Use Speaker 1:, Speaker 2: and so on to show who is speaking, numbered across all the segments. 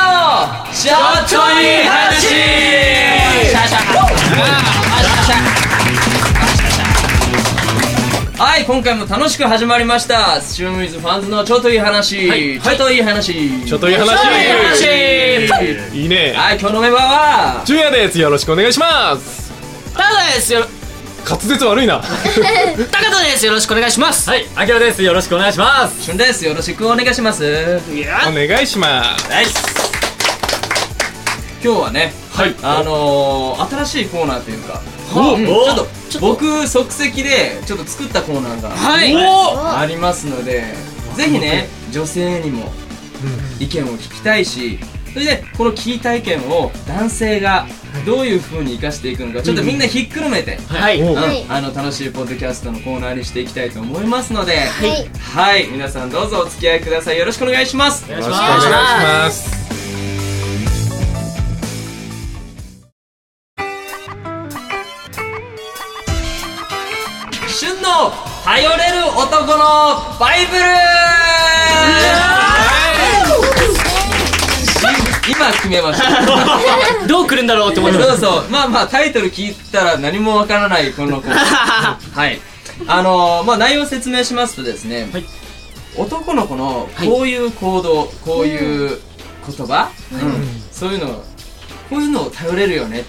Speaker 1: ちょっといい話シャシャはい今回も楽しく始まりました「シュームイズファンズのちょっといい話」ちょっといい話
Speaker 2: ちょっといい話いいね
Speaker 1: はい今日のメンバーは
Speaker 2: 純也ですよろしくお願いします
Speaker 3: ただですよ
Speaker 2: 滑舌悪いな
Speaker 3: 高田ですよろしくお願いします
Speaker 4: はい、あきらです。よろしくお願いします。
Speaker 1: しゅんですよろしくお願いします
Speaker 3: いや
Speaker 2: お願いします
Speaker 1: はい今日はね
Speaker 2: はい
Speaker 1: あのー、新しいコーナーというか
Speaker 2: お
Speaker 1: うんち
Speaker 4: お
Speaker 1: ょっと僕即席でちょっと作ったコーナーが
Speaker 3: はい
Speaker 1: ありますのでぜひね女性にも意見を聞きたいしそれでこの聞いた意見を男性がどういう風に生かしていくのかちょっとみんなひっくるめて、
Speaker 4: はい。
Speaker 2: お
Speaker 5: はい
Speaker 1: うんあの楽しいポッドキャストのコーナーにしていきたいと思いますのではい皆さんどうぞお付き合いくださいよろしくお願いします
Speaker 2: よろしくお願いします
Speaker 1: 旬の頼れる男のバイブル今決めました
Speaker 3: どう来るんだろうって思って
Speaker 1: そうそうまあまあタイトル聞いたら何もわからないこの 子はいあのー、まあ内容を説明しますとですね、
Speaker 4: はい
Speaker 1: 男の子のこういう行動、こういう言葉、うんそういうのこういうのを頼れるよね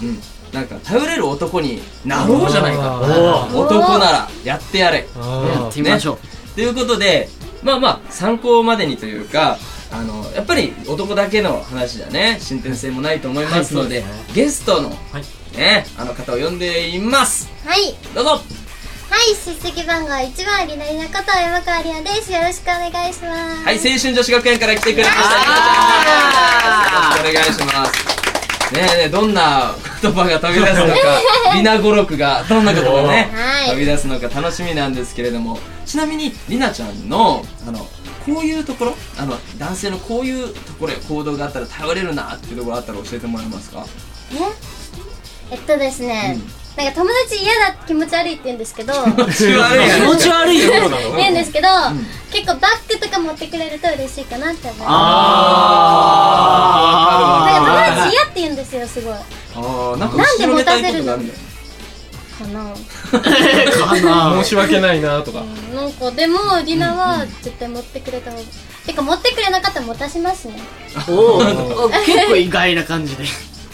Speaker 1: うんなんか頼れる男になろうじゃないか
Speaker 4: お
Speaker 1: 男ならやってやれ
Speaker 3: やってみましょう
Speaker 1: ということでまあまあ参考までにというかあのやっぱり男だけの話じゃね進展性もないと思いますので,、ゲストの、ねあの方を呼んでいます
Speaker 5: はい、
Speaker 1: どうぞ
Speaker 5: はい、出席番号一番リナリナこと山川りなです。よろしくお願いします。
Speaker 1: はい青春女子学園から来てくれました
Speaker 3: あ
Speaker 1: よろしくお願いしますねえねえどんな言葉が飛び出すのかリナ語録がどんな言葉がね
Speaker 5: はい
Speaker 1: 飛び出すのか楽しみなんですけれどもちなみにリナちゃんのあのこういうところあの男性のこういうところや行動があったら頼れるなっていうところあったら教えてもらえますか
Speaker 5: え、えっとですね、なんか友達嫌だ気持ち悪いって言うんですけど、
Speaker 1: 気持ち悪い
Speaker 3: 気持ち悪いよ
Speaker 5: 言うんですけど、結構バッグとか持ってくれると嬉しいかなって思います。
Speaker 1: あー
Speaker 5: なんか友達嫌って言うんですよ、すごい。
Speaker 1: あーなんか後ろめたいことがあるんだよ
Speaker 5: かな。
Speaker 2: 申し訳ないなとか
Speaker 5: なんかでもリナは絶対持ってくれた方が、てか持ってくれなかったら持たしますね。
Speaker 3: おお結構意外な感じで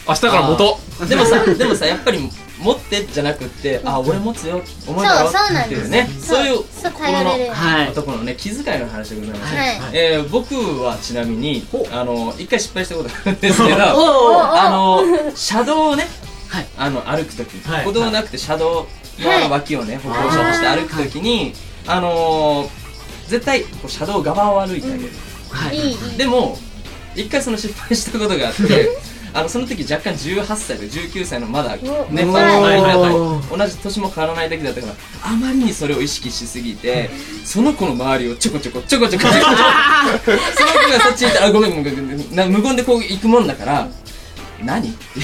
Speaker 2: 明日から元
Speaker 1: でもさ、でもさ、やっぱり持ってじゃなくって、あ、俺持つよ、お前だろ
Speaker 5: そうそうなん
Speaker 1: って
Speaker 5: で
Speaker 1: いう
Speaker 5: す
Speaker 1: ね、そういう
Speaker 5: そう
Speaker 1: 心
Speaker 5: 頼れる
Speaker 1: の
Speaker 3: はい
Speaker 1: 男のね、気遣いの話でございますね。
Speaker 5: はい。
Speaker 1: えー僕はちなみに、あの、一回失敗したことがあるんですけど、
Speaker 3: おお
Speaker 1: あの、車道をね
Speaker 3: はい、
Speaker 1: あの、歩くとき、
Speaker 4: はい
Speaker 1: 歩道なくて車道
Speaker 5: は
Speaker 1: の
Speaker 5: い
Speaker 1: 脇をね、歩行者として歩くときに、あのー、絶対、こう車道側を歩いてあげる。
Speaker 3: はいい
Speaker 5: い、いい。
Speaker 1: でも一回その失敗したことがあって あのその時若干18歳と19歳のまだね
Speaker 5: お
Speaker 1: まだ
Speaker 5: お
Speaker 1: 同じ年も変わらない時だったからあまりにそれを意識しすぎてその子の周りをちょこちょこちょこちょこちょこちょこその子がそっち行ったらあごめんごめんごめんな無言でこう行くもんだから何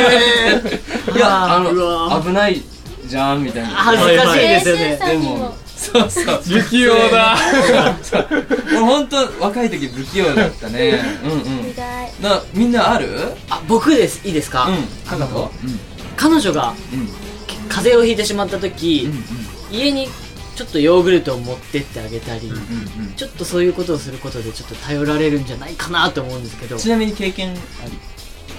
Speaker 1: いやあ
Speaker 3: うわ
Speaker 1: の危ないじゃんみたいな
Speaker 3: 恥ずかしいで
Speaker 5: 青
Speaker 3: すよ
Speaker 5: 春
Speaker 3: ね
Speaker 5: さ
Speaker 1: で
Speaker 5: んに
Speaker 1: も
Speaker 5: も。
Speaker 1: そうそう
Speaker 2: 不器用だ
Speaker 1: 俺本当若い時不器用だったねうんうん
Speaker 5: 意外。
Speaker 1: なみんなある
Speaker 3: あ僕ですいいですか
Speaker 1: うんかかと
Speaker 3: 彼女が
Speaker 1: うん
Speaker 3: 風邪をひいてしまった時家にちょっとヨーグルトを持ってってあげたり
Speaker 1: うんうん
Speaker 3: ちょっとそういうことをすることでちょっと頼られるんじゃないかなと思うんですけど
Speaker 1: ちなみに経験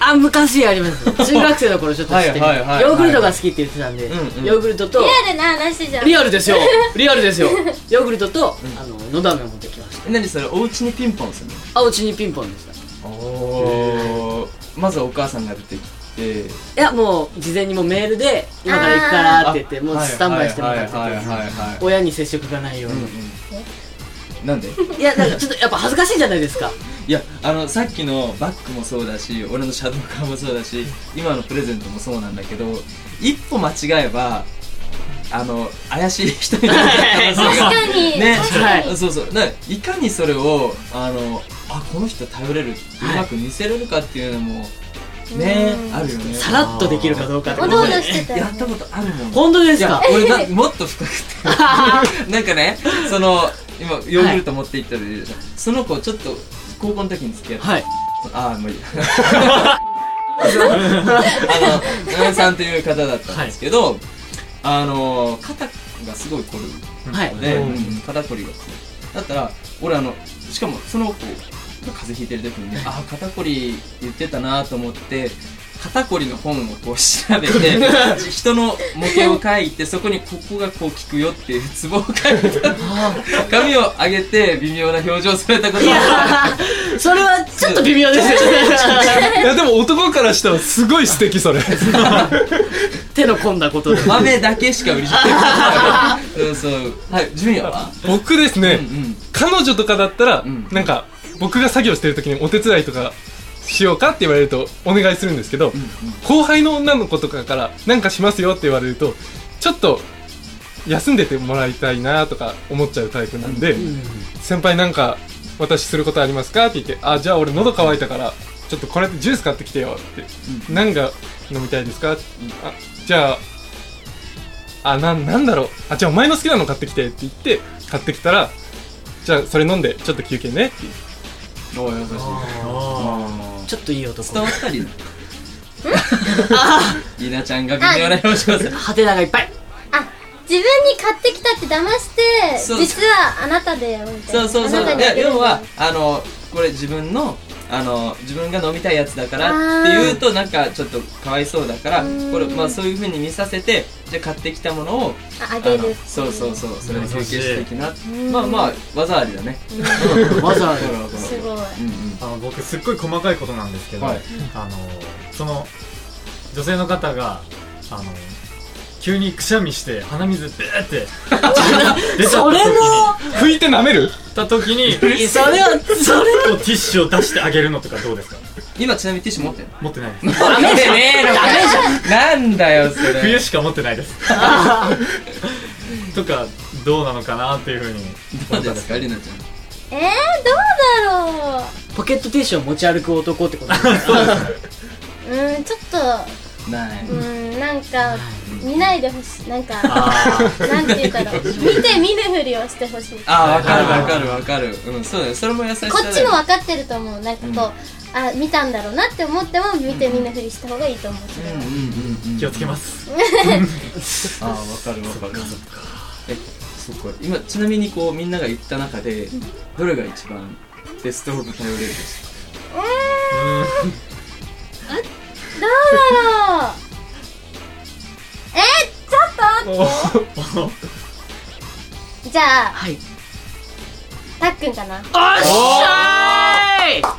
Speaker 1: あ
Speaker 3: あ昔あり ます中学生の頃ちょっと知ってて
Speaker 1: はいはいはいはい
Speaker 3: ヨーグルトが好きって言ってたんで、
Speaker 1: うんうん
Speaker 3: ヨーグルトと
Speaker 5: リアルな話じゃん。
Speaker 3: リアルですよリアルですよ ヨーグルトと、あののだめを持ってきました
Speaker 1: り何それお家にピンポンする
Speaker 3: あうちにピンポンでしたい
Speaker 1: のおまずはお母さんが出てきて
Speaker 3: やもう事前にもうメールで今から行くからって言ってもうスタンバイしてもらってて、
Speaker 1: はいはいはいはい
Speaker 3: 親に接触がないよう
Speaker 1: うん
Speaker 3: に、
Speaker 1: うんなんで
Speaker 3: いやなんかちょっとやっぱ恥ずかしいじゃないですか
Speaker 1: いやあのさっきのバッグもそうだし俺のシャドウカーもそうだし今のプレゼントもそうなんだけど一歩間違えばあの怪しい人になる可能
Speaker 5: 確
Speaker 1: 性 が
Speaker 5: かに。
Speaker 1: ね
Speaker 5: 確かに。
Speaker 1: そうそうだからいかにそれをあのあこの人頼れるってうまく見せれるかっていうのもね
Speaker 5: うん
Speaker 1: あるよね
Speaker 3: さらっとできるかどうかって
Speaker 5: お
Speaker 3: こ
Speaker 5: ど
Speaker 3: と
Speaker 5: おど
Speaker 3: で
Speaker 5: してたよ
Speaker 1: や
Speaker 5: ね
Speaker 1: ったことあるもん
Speaker 3: 本当で
Speaker 1: い
Speaker 3: す
Speaker 1: や
Speaker 3: か
Speaker 1: 俺なもっと深くてなんかねその今ヨーグルト持って行ったらいいでしょ、その子ちょっと高校の時に付き合って
Speaker 3: はい。
Speaker 1: ああもういい やあのナナさんという方だったんですけど、あの肩がすごい凝る
Speaker 3: はい。
Speaker 1: で、
Speaker 2: うん
Speaker 1: うん肩こりがだったら俺あのしかもその子が風邪ひいてる時にねああ肩こり言ってたなと思って肩こりの本をこう調べて人の模型を書いてそこにここがこう効くよっていうツボを書いた紙を上げて微妙な表情されたこと
Speaker 3: い
Speaker 1: が
Speaker 3: やーそれはちょっと微妙ですよね。
Speaker 2: いやでも男からしたらすごい素敵それ
Speaker 3: 手の込んだことで。
Speaker 1: 豆だけしか売り切ってないそうそうはいジュニアは
Speaker 2: 僕ですね、
Speaker 1: うんうん
Speaker 2: 彼女とかだったら、
Speaker 1: ん
Speaker 2: なんか僕が作業してる時にお手伝いとかしようかって言われるとお願いするんですけど、後輩の女の子とかからなんかしますよって言われるとちょっと休んでてもらいたいなとか思っちゃうタイプなんで、先輩なんか私することありますかって言ってあじゃあ俺喉乾いたからちょっとこれでジュース買ってきてよって、なん、何が飲みたいですか、あじゃああななんだろうあじゃあお前の好きなの買ってきてって言って買ってきたらじゃあそれ飲んでちょっと休憩ねっていう
Speaker 1: お優しい
Speaker 3: ちょっといい男。
Speaker 1: 伝わったりなりなちゃんが微妙な表情され
Speaker 3: 派手ながいっぱい。
Speaker 5: あ自分に買ってきたって騙して
Speaker 1: そう
Speaker 5: 実はあなただよみたい
Speaker 1: そ
Speaker 5: な
Speaker 1: うそう
Speaker 5: あ
Speaker 1: そ
Speaker 5: なた
Speaker 1: う。い
Speaker 5: にあ
Speaker 1: や
Speaker 5: げる
Speaker 1: 要はあのこれ自分のあの自分が飲みたいやつだからって言うとなんかちょっとかわいそうだから
Speaker 5: うん
Speaker 1: これまあそういう風に見させてじゃあ買ってきたものを
Speaker 5: ああ
Speaker 1: あ
Speaker 5: げ
Speaker 1: の
Speaker 5: る
Speaker 1: そうそうそうそれを休憩してきな
Speaker 5: しい
Speaker 1: まあまあ技ありだね。
Speaker 3: わざわ
Speaker 1: だ
Speaker 3: ざ
Speaker 1: か。らこの
Speaker 5: す
Speaker 1: う
Speaker 5: ごい
Speaker 1: んうん
Speaker 4: あの僕すっごい細かいことなんですけど、
Speaker 1: はい
Speaker 4: あのその女性の方があの急にくしゃみして鼻水ベーって出ちゃ
Speaker 3: それ
Speaker 4: っ
Speaker 3: も、
Speaker 2: 拭いて舐める
Speaker 4: た時 にた時に
Speaker 3: それは、それ
Speaker 4: こうティッシュを出してあげるのとかどうですか
Speaker 1: 今ちなみにティッシュ持ってる。
Speaker 4: 持ってないです
Speaker 1: ダメじゃねえのか。なんだよそれ。
Speaker 4: 冬しか持ってないですとかどうなのかなっていうふうに
Speaker 1: どうですかりなちゃん。
Speaker 5: えー、どうだろ
Speaker 3: ポケットティッシュを持ち歩く男ってことですか
Speaker 5: ううんちょっと
Speaker 1: ない。
Speaker 5: うんなんか見ないでほしいなんか
Speaker 4: あ
Speaker 5: なんて言ったら見て見ぬふりをしてほしい
Speaker 1: ああわかるわかるわかる。うんそうだよ。それも優しさだよ
Speaker 5: こっちも分かってると思うなんかこう、あ見たんだろうなって思っても見て見ぬふりした方がいいと思うそれ
Speaker 1: う
Speaker 5: は
Speaker 1: んうんうんうん。
Speaker 4: ー気をつけます
Speaker 1: ああわかるわかるえそっか今ちなみにこうみんなが言った中でどれが一番ベストオブ頼れるですか
Speaker 5: どうだろうえー、ちょっと待ってじゃあ
Speaker 3: はい。
Speaker 5: たっくんかないや
Speaker 3: おっしゃー
Speaker 5: なん
Speaker 3: い
Speaker 5: か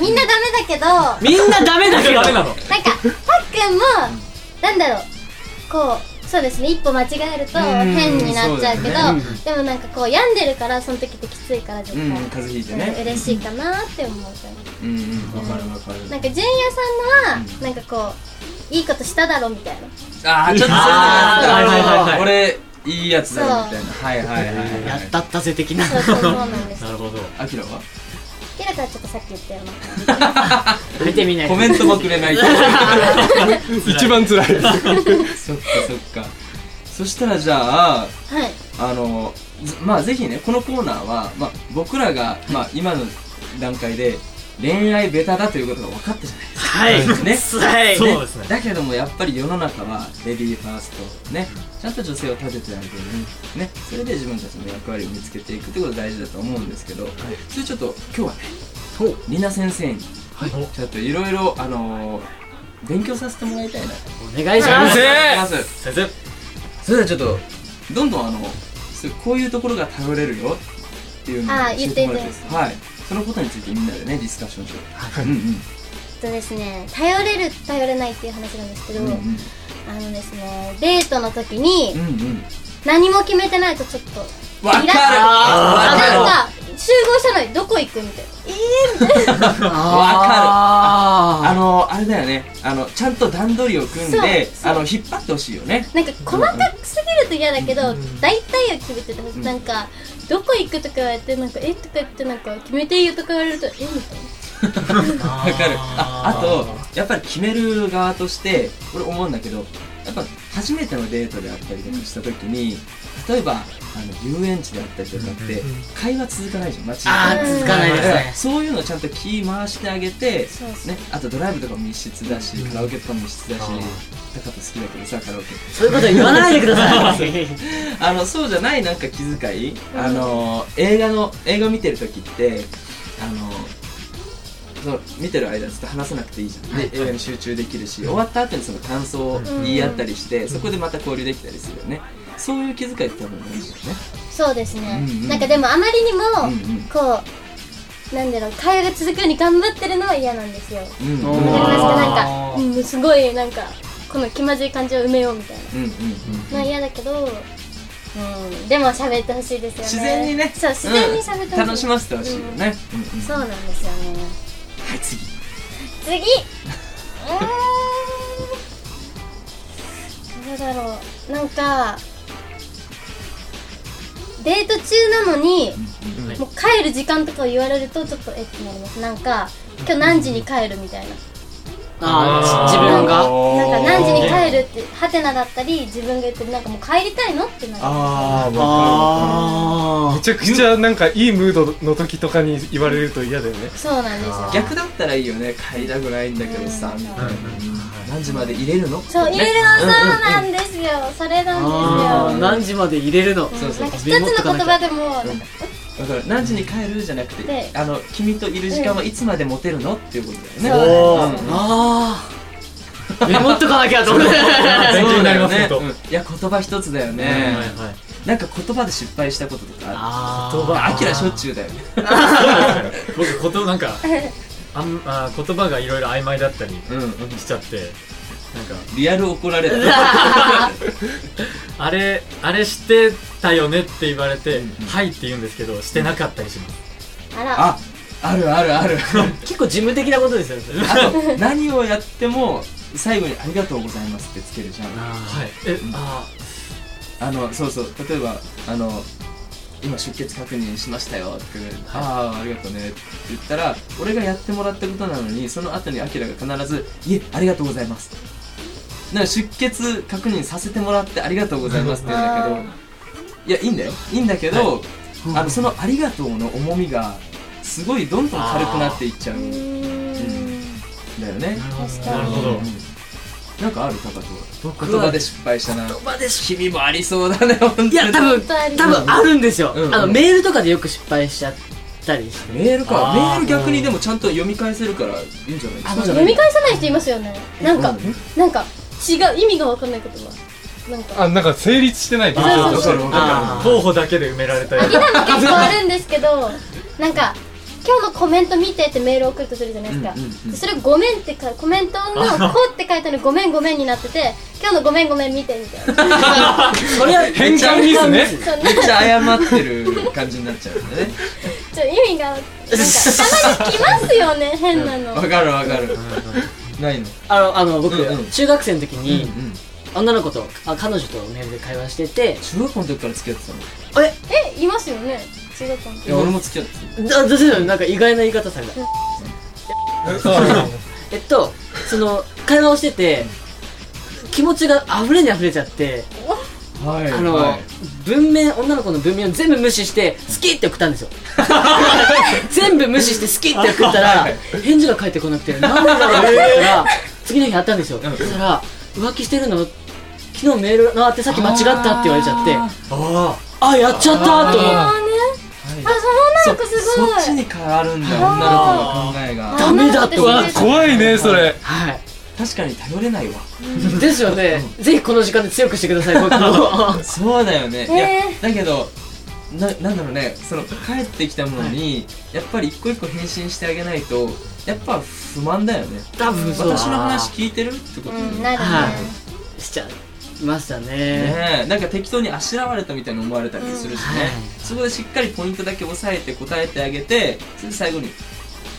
Speaker 5: みんなダメだけどなんか
Speaker 3: みんなダメだけど
Speaker 4: ダメな
Speaker 5: たっ
Speaker 4: の
Speaker 5: くんもなんだろうこうそうですね一歩間違えると
Speaker 1: うん
Speaker 5: 変になっちゃう
Speaker 1: そう
Speaker 5: けど
Speaker 1: だよ
Speaker 5: でもなんかこう病んでるからその時ってきついから絶
Speaker 1: う
Speaker 5: 対、
Speaker 1: ん風邪ひいてね
Speaker 5: 嬉しいかなって思うから
Speaker 1: うんうんわかるわかる
Speaker 5: なんか純也さんのは、なんかこういいことしただろみたいな
Speaker 1: ああちょっとそう
Speaker 3: あーはいはいはい
Speaker 1: だ
Speaker 3: はい
Speaker 1: 俺いいやつだよみた
Speaker 5: そう
Speaker 1: いなはいはいはいはい
Speaker 3: やったったぜ的な。
Speaker 5: そうそうそうな んです
Speaker 4: なるほど
Speaker 1: あきらは
Speaker 5: キラからちょっとさっき言ったような
Speaker 3: 見てみないと
Speaker 1: コメントもくれない
Speaker 2: 一番辛い
Speaker 1: そ
Speaker 2: です
Speaker 1: っかそっかそしたらじゃあ
Speaker 5: はい
Speaker 1: あのずまあぜひねこのコーナーは、まあ、僕らが、まあ、今の段階で恋愛ベタだということが分かったじゃないです
Speaker 3: はい。
Speaker 1: か、ね
Speaker 3: はい。
Speaker 4: そうですね
Speaker 1: だけどもやっぱり世の中はレディーファーストねちゃんと女性を立ててあげるねそれで自分たちの役割を見つけていくってことが大事だと思うんですけど、それちょっと今日はねりな先生にちょっといろいろあのー勉強させてもらいたいなと
Speaker 3: お願いしま
Speaker 1: 思
Speaker 3: す。
Speaker 1: います
Speaker 4: 先生
Speaker 1: それではちょっとどんどんあのそうこういうところが頼れるよっていうのを
Speaker 5: あ
Speaker 1: 教
Speaker 5: ー
Speaker 1: えてもらいたいで
Speaker 5: 言って
Speaker 1: すはいそのことについてみんなでねディスカッションしよううん
Speaker 5: えっとですね頼れる頼れないっていう話なんですけど、
Speaker 1: うんうん
Speaker 5: あのですねデートの時に
Speaker 1: うんうん
Speaker 5: 何も決めてないとちょっと
Speaker 1: わか
Speaker 5: イ
Speaker 1: る
Speaker 5: ラッと
Speaker 1: わかる
Speaker 5: なん
Speaker 1: わ
Speaker 5: か集合したのにどこ行くみたいな
Speaker 1: かるあ
Speaker 3: あ
Speaker 1: のあれだよねあのちゃんと段取りを組んであの引っ張ってほしいよね
Speaker 5: なんか細かくすぎると嫌だけど大体を決めててほしいなんかどこ行くとか言われてなんかえとか言ってなんか決めていいよとか言われるとえみたいな
Speaker 1: わかるああとやっぱり決める側として俺思うんだけどやっぱ初めてのデートであったりとかした時に例えばあの遊園地であったりとかって、
Speaker 2: うん
Speaker 1: 会話続かないじゃん街
Speaker 3: あ
Speaker 5: ー続
Speaker 1: で
Speaker 5: か
Speaker 3: ないですね
Speaker 1: だからそういうのをちゃんと気回してあげて
Speaker 5: そうそう
Speaker 1: ね、あとドライブとかも密室だし、カラオケとかも密室だし
Speaker 4: あー
Speaker 1: 高田好きだけどさカラオケ
Speaker 3: そういうこと言わないでください
Speaker 1: あのそうじゃないなんか気遣い、あの映画の映画見てる時ってあのその見てる間ずっと話さなくていいじゃん、で映画に集中できるし、終わった後にその感想を言い合ったりして、そこでまた交流できたりするよねそういう気遣いって多分大事だよね
Speaker 5: そうですね、
Speaker 1: うんうん
Speaker 5: なんかでもあまりにも、
Speaker 1: うんうん
Speaker 5: こうなんだろう会話が続くように頑張ってるのは嫌なんですよわか
Speaker 1: うん
Speaker 3: お
Speaker 1: う
Speaker 3: ー
Speaker 1: ん
Speaker 5: りますかなんか、
Speaker 3: あ
Speaker 5: うん、すごいなんかこの気まずい感じを埋めようみたいな
Speaker 1: うんうん
Speaker 5: のは嫌だけどうんでも喋ってほしいですよね
Speaker 1: 自然にね
Speaker 5: そう自然に喋ってほしい、
Speaker 1: うん楽しませてほしいよね、うんうん
Speaker 5: そうなんですよね
Speaker 1: はい次
Speaker 5: 次うーんどうだろうなんかデート中なのに、
Speaker 4: はい
Speaker 5: もう帰る時間とかを言われるとちょっとえってなりますなんか今日何時に帰るみたいな
Speaker 3: あー
Speaker 4: あー
Speaker 3: 自分
Speaker 5: な
Speaker 3: が
Speaker 5: んか何時に
Speaker 1: る
Speaker 5: 帰るってハテナだったり自分が言ってるなんかもう帰りたいのってなる
Speaker 1: あーわ
Speaker 3: あ
Speaker 2: めちゃくちゃなんかいいムードの時とかに言われると嫌だよね
Speaker 5: そうなんですよ
Speaker 1: かる逆だったらいいよね帰りたくないんだけどさみたいな何時まで入れるの
Speaker 5: そう入れるのそうなんですよそれな
Speaker 3: あ
Speaker 5: んですよ
Speaker 3: 何時まで入れるの
Speaker 1: そうそう
Speaker 5: なんか一つの言葉でもなんか
Speaker 1: だから何時に帰るじゃなくて
Speaker 5: で
Speaker 1: あの君といる時間はいつまで持てるのっていうことだよね
Speaker 5: そうなんですよ
Speaker 3: あ あメモっとかなきゃと思って
Speaker 4: 勉強になります
Speaker 1: そうだよね
Speaker 4: 本当
Speaker 1: うんいや言葉一つだよね
Speaker 4: はいはい
Speaker 1: なんか言葉で失敗したこととかある
Speaker 3: あ
Speaker 4: 言葉
Speaker 1: あきらしょっ
Speaker 3: ゅ
Speaker 1: ちゅうだよね
Speaker 4: 僕言葉なんかあんあ言葉がいろいろ曖昧だったり
Speaker 1: うんうん
Speaker 4: しちゃってなんか
Speaker 1: リアル怒られる
Speaker 4: あれあれしてたよねって言われて
Speaker 1: うんうん
Speaker 4: はいって言うんですけどしてなかったりします
Speaker 5: あら
Speaker 1: ああるあるある
Speaker 3: 結構事務的なことですよねそれ
Speaker 1: あと何をやっても最後に「ありがとうございます」ってつけるじゃん
Speaker 4: はいえあ
Speaker 1: あのそうそう例えばあの今出血確認しましたよって言われて、ああありがとうねって言ったら俺がやってもらったことなのにその後にアキラが必ず「いえありがとうございます」なんか出血確認させてもらって「ありがとうございます」って言うんだけどいやいいんだよいいんだけど、あのその「ありがとう」の重みがすごいどんどん軽くなっていっちゃう
Speaker 5: うー
Speaker 1: ん
Speaker 5: ん
Speaker 1: だよね
Speaker 5: 確
Speaker 4: な
Speaker 5: か
Speaker 4: る
Speaker 5: に
Speaker 4: ほど
Speaker 1: うんなんかある高
Speaker 3: 僕
Speaker 1: 藤言葉で失敗したな
Speaker 3: 言葉でし
Speaker 1: 君もありそうだね本当に
Speaker 3: いや多分
Speaker 5: 当あり
Speaker 3: 多
Speaker 5: ます
Speaker 3: 分あるんですよ、
Speaker 1: うん
Speaker 3: あのメールとかでよく失敗しちゃったりして
Speaker 1: メールか
Speaker 4: あー
Speaker 1: メール逆にでもちゃんと読み返せるからいいんじゃないですか
Speaker 3: そうじゃな
Speaker 5: 読
Speaker 3: い
Speaker 5: み返さない人いますよねなんか、
Speaker 1: うん
Speaker 5: なんか違う意味が分かんない言葉なんか
Speaker 2: あなんか成立してない
Speaker 5: あー
Speaker 1: わかるわか
Speaker 4: あ
Speaker 3: あ
Speaker 4: 候補だけで埋められたよ
Speaker 5: 好きなの結構あるんですけどなんか今日のコメント見てってメール送るとするじゃないですか、
Speaker 1: うんうんうん
Speaker 5: でそれごめんってかコメントの「こ」って書いたのに「ごめんごめん」になってて今日の「ごめんごめん」見てみたいな
Speaker 3: それは
Speaker 2: 変換ミスね
Speaker 3: 変換ミ
Speaker 5: そんな
Speaker 1: めっちゃ謝ってる感じになっちゃうんだ ね
Speaker 5: ちょ意味がなんかたまに来ますよね変なの、
Speaker 1: わかるわかるないの
Speaker 3: あのあの僕、
Speaker 1: うんうん
Speaker 3: 中学生の時
Speaker 1: うん
Speaker 3: に、
Speaker 1: うん
Speaker 3: 女の子とあ彼女とメールで会話してて
Speaker 1: 中学校の時から付き合ってたの
Speaker 3: え
Speaker 5: えいますよね違うかも
Speaker 1: いや俺も付き合ってた
Speaker 3: だどうせなんか意外な言い方されたえっとその会話をしてて気持ちが溢れに溢れちゃって
Speaker 1: はい
Speaker 3: あの、
Speaker 1: はい
Speaker 3: 文面女の子の文面を全部無視して「好き!」って送ったんですよ全部無視して「好き!」って送ったら返事が返ってこなくてなんでだろうって思ったら次の日あったんですよそしたら「浮気してるの昨日メールの宛先間違った」って言われちゃって
Speaker 4: あ
Speaker 3: あやっちゃったと思
Speaker 5: あー
Speaker 3: っ
Speaker 5: ねあその女の子す
Speaker 1: そ
Speaker 5: ごい
Speaker 1: そっちに変わるんだ
Speaker 5: あー
Speaker 1: 女の子の考えが
Speaker 5: あ
Speaker 3: ダメだと
Speaker 2: う
Speaker 5: 女
Speaker 2: わ
Speaker 5: の子って
Speaker 2: 怖いねそれ
Speaker 3: てはい
Speaker 1: 確かに頼れないわ
Speaker 3: ですよねぜひこの時間で強くしてください 僕を
Speaker 1: そうだよね、い
Speaker 5: ね
Speaker 1: やだけどななんだろうねその帰ってきたものに、やっぱり一個一個返信してあげないとやっぱ不満だよね
Speaker 3: 多分そう
Speaker 1: 私の話聞いてるってことだよ
Speaker 5: う
Speaker 1: ね
Speaker 5: んなるね、
Speaker 3: はいしちゃいましたね
Speaker 1: ねえなんか適当にあしらわれたみたいに思われたりするしね、
Speaker 3: うん
Speaker 1: そこでしっかりポイントだけ押さえて答えてあげてそれで最後に「好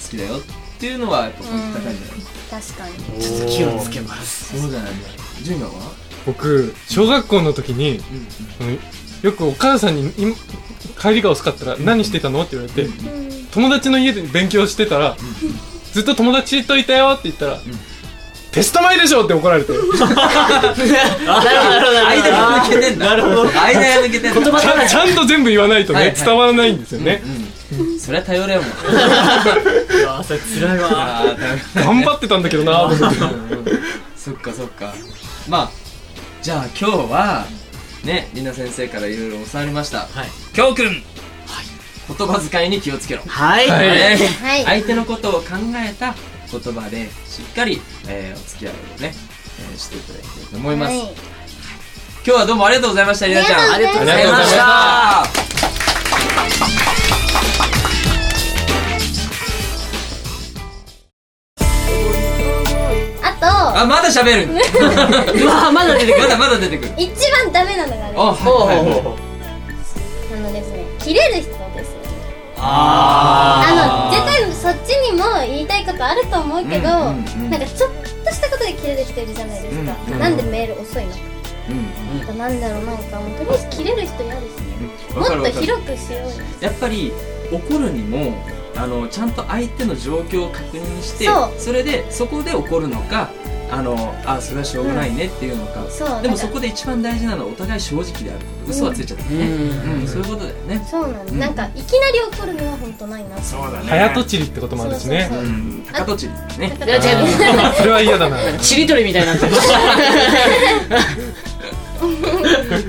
Speaker 1: きだよ」っていうのはやっぱポイント高いんじゃない、
Speaker 5: 確かに
Speaker 3: ちょっと気をつけます
Speaker 1: そうじゃないんだジュニアは、
Speaker 2: 僕小学校の時に
Speaker 1: うん
Speaker 2: よくお母さんに今帰りが遅かったら何してたのって言われて友達の家で勉強してたらずっと友達といたよって言ったらテスト前でしょって怒られて
Speaker 1: 間が抜けてんだ
Speaker 4: なるほど
Speaker 1: 間が抜けてんだ
Speaker 3: 言葉
Speaker 2: ちゃんちゃんと全部言わないとね、
Speaker 1: はいはい
Speaker 2: 伝わらないんですよね、
Speaker 1: うんそれは頼れ よもう
Speaker 4: うわーそれ辛いわ
Speaker 1: あー頼れ
Speaker 2: 頑張ってたんだけどなと思って
Speaker 1: そっかそっかまあじゃあ今日はねりな先生からいろいろ教わりました
Speaker 4: はい
Speaker 1: きょうくん言葉遣いに気をつけろ
Speaker 3: はい、
Speaker 2: はい
Speaker 1: ね
Speaker 5: はい
Speaker 1: 相手のことを考えた言葉でしっかり、えーお付き合いをね、えーしていただきたいと思います、
Speaker 5: はい
Speaker 1: 今日はどうもありがとうございましたりなちゃん
Speaker 5: ありがとうご
Speaker 2: ざ
Speaker 1: あり
Speaker 2: いました
Speaker 1: がとうございました
Speaker 5: あ
Speaker 1: あまだ喋る
Speaker 3: うわーまだ出て く
Speaker 1: ま
Speaker 3: る
Speaker 1: だまだ出てくる
Speaker 5: と 一番ダメなのがある
Speaker 1: あはいはいはい
Speaker 5: あのですね切れる人ですねあの
Speaker 1: あ
Speaker 5: 絶対そっちにも言いたいことあると思うけど、
Speaker 1: うんうんうん
Speaker 5: なんかちょっとしたことで切れる人いるじゃないですか、
Speaker 1: うんうん
Speaker 5: なんでメール遅いの
Speaker 1: うん
Speaker 5: とかなんだろうなんかもうとりあえず切れる人嫌ですね
Speaker 1: うん
Speaker 5: もっ
Speaker 1: わかる
Speaker 5: と
Speaker 1: わかる
Speaker 5: 広くしようよ
Speaker 1: やっぱり怒るにもあのちゃんと相手の状況を確認して
Speaker 5: そう
Speaker 1: れでそこで怒るのかあのあそれはしょうがないねっていうのか、
Speaker 5: そう
Speaker 1: でも
Speaker 5: なんか
Speaker 1: そこで一番大事なのはお互い正直であること嘘はついちゃったね、うんそういうことだよね
Speaker 5: そうなんです、
Speaker 1: うん
Speaker 5: なんかいきなり怒るのは本当ないなって
Speaker 6: そうだね
Speaker 2: 早とちりってこともあるしね
Speaker 5: そううそ
Speaker 1: ん高とちりね
Speaker 5: だ
Speaker 3: いや
Speaker 5: から
Speaker 3: 違う
Speaker 2: それは嫌だ な
Speaker 3: しりとりみたいになってる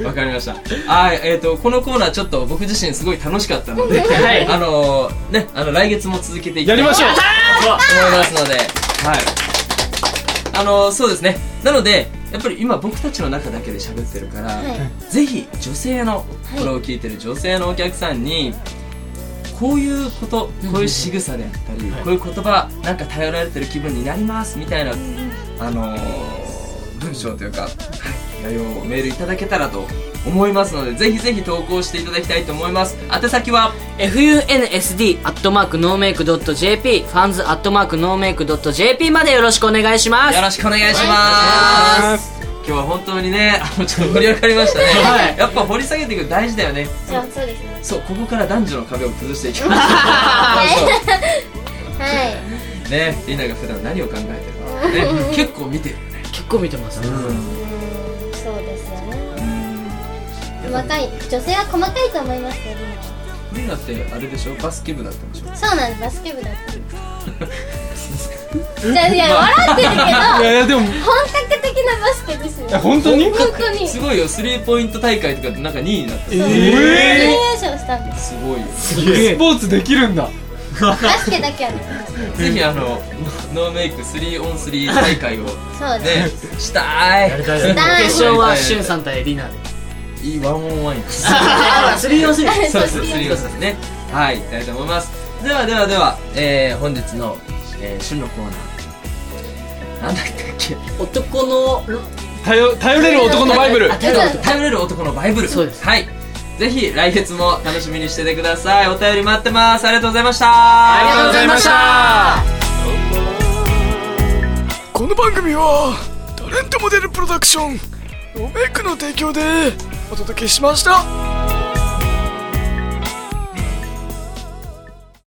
Speaker 1: わかりましたあーえっ、とこのコーナーちょっと僕自身すごい楽しかったので、
Speaker 3: はい
Speaker 1: あのーねあの来月も続けていきた
Speaker 2: や
Speaker 1: い
Speaker 2: りましょう
Speaker 1: 思いますので、はい。あのそうですね。なので、やっぱり今僕たちの中だけで喋ってるから、
Speaker 5: はい
Speaker 1: ぜひ女性の、
Speaker 5: い
Speaker 1: これを聞いてる女性のお客さんに、こういうこと、こういう仕草であったり、こういう言葉、なんか頼られてる気分になります、みたいな、あのー文章というか、はい、内容をメールいただけたらと思いますので、ぜひぜひ投稿していただきたいと思います。宛先は、
Speaker 3: funsd アットマークノーメイクドット JP ファンズアットマークノーメイクドット JP までよろしくお願いします
Speaker 1: よろしくお願いします。今日は本当にね、あのちょっと盛り上がりましたね。
Speaker 3: はい
Speaker 1: やっぱ掘り下げていくの大事だよね。
Speaker 5: そうそうですね
Speaker 1: そう、ここから男女の壁を崩していきましょ
Speaker 5: は
Speaker 1: う。ね、りなが普段何を考えてるのかね、結構見てるよね。
Speaker 3: 結構見てます、
Speaker 5: いうーんそうですよね細かい女性は細かいと思いますけど
Speaker 1: りなってあれでしょ、バスケ部だったんでしょ。
Speaker 5: そうなんですバスケ部だったじゃあいや笑ってるけど
Speaker 2: いやいやでも
Speaker 5: 本格的なバスケですよ
Speaker 2: え
Speaker 5: 本
Speaker 2: 本当に
Speaker 5: 当に
Speaker 1: すごいよ、スリーポイント大会とかでなんか2位になった。
Speaker 2: え
Speaker 5: 準
Speaker 2: え
Speaker 5: 優勝し たんです
Speaker 1: すごいよ。
Speaker 2: スポーツできるんだ
Speaker 5: バスケだけはね
Speaker 1: ぜひあの、 ノーメイク3 on 3大会 をね、
Speaker 5: そうです
Speaker 1: した
Speaker 4: や
Speaker 1: い
Speaker 4: り。たいやりたい
Speaker 5: だ
Speaker 3: 決勝はしゅんさん対リナで
Speaker 1: いいワンオンワンよ。
Speaker 3: あスリーオンスリー
Speaker 1: そうです、スリーですね。はい、行きたいと思います。ではではでは、えー、本日の、えー、旬のコーナー。なんだったっけ
Speaker 3: 男のロ
Speaker 2: 頼頼れる男のバイブル
Speaker 3: あ頼る男
Speaker 1: 頼れる男のバイブル。
Speaker 3: そうです
Speaker 1: はい。ぜひ来月も楽しみにしててください。お便り待ってます。ありがとうございました。あ
Speaker 3: ありがとうございました
Speaker 6: この番組はタレントモデルプロダクションノーメイクの提供でお届けしました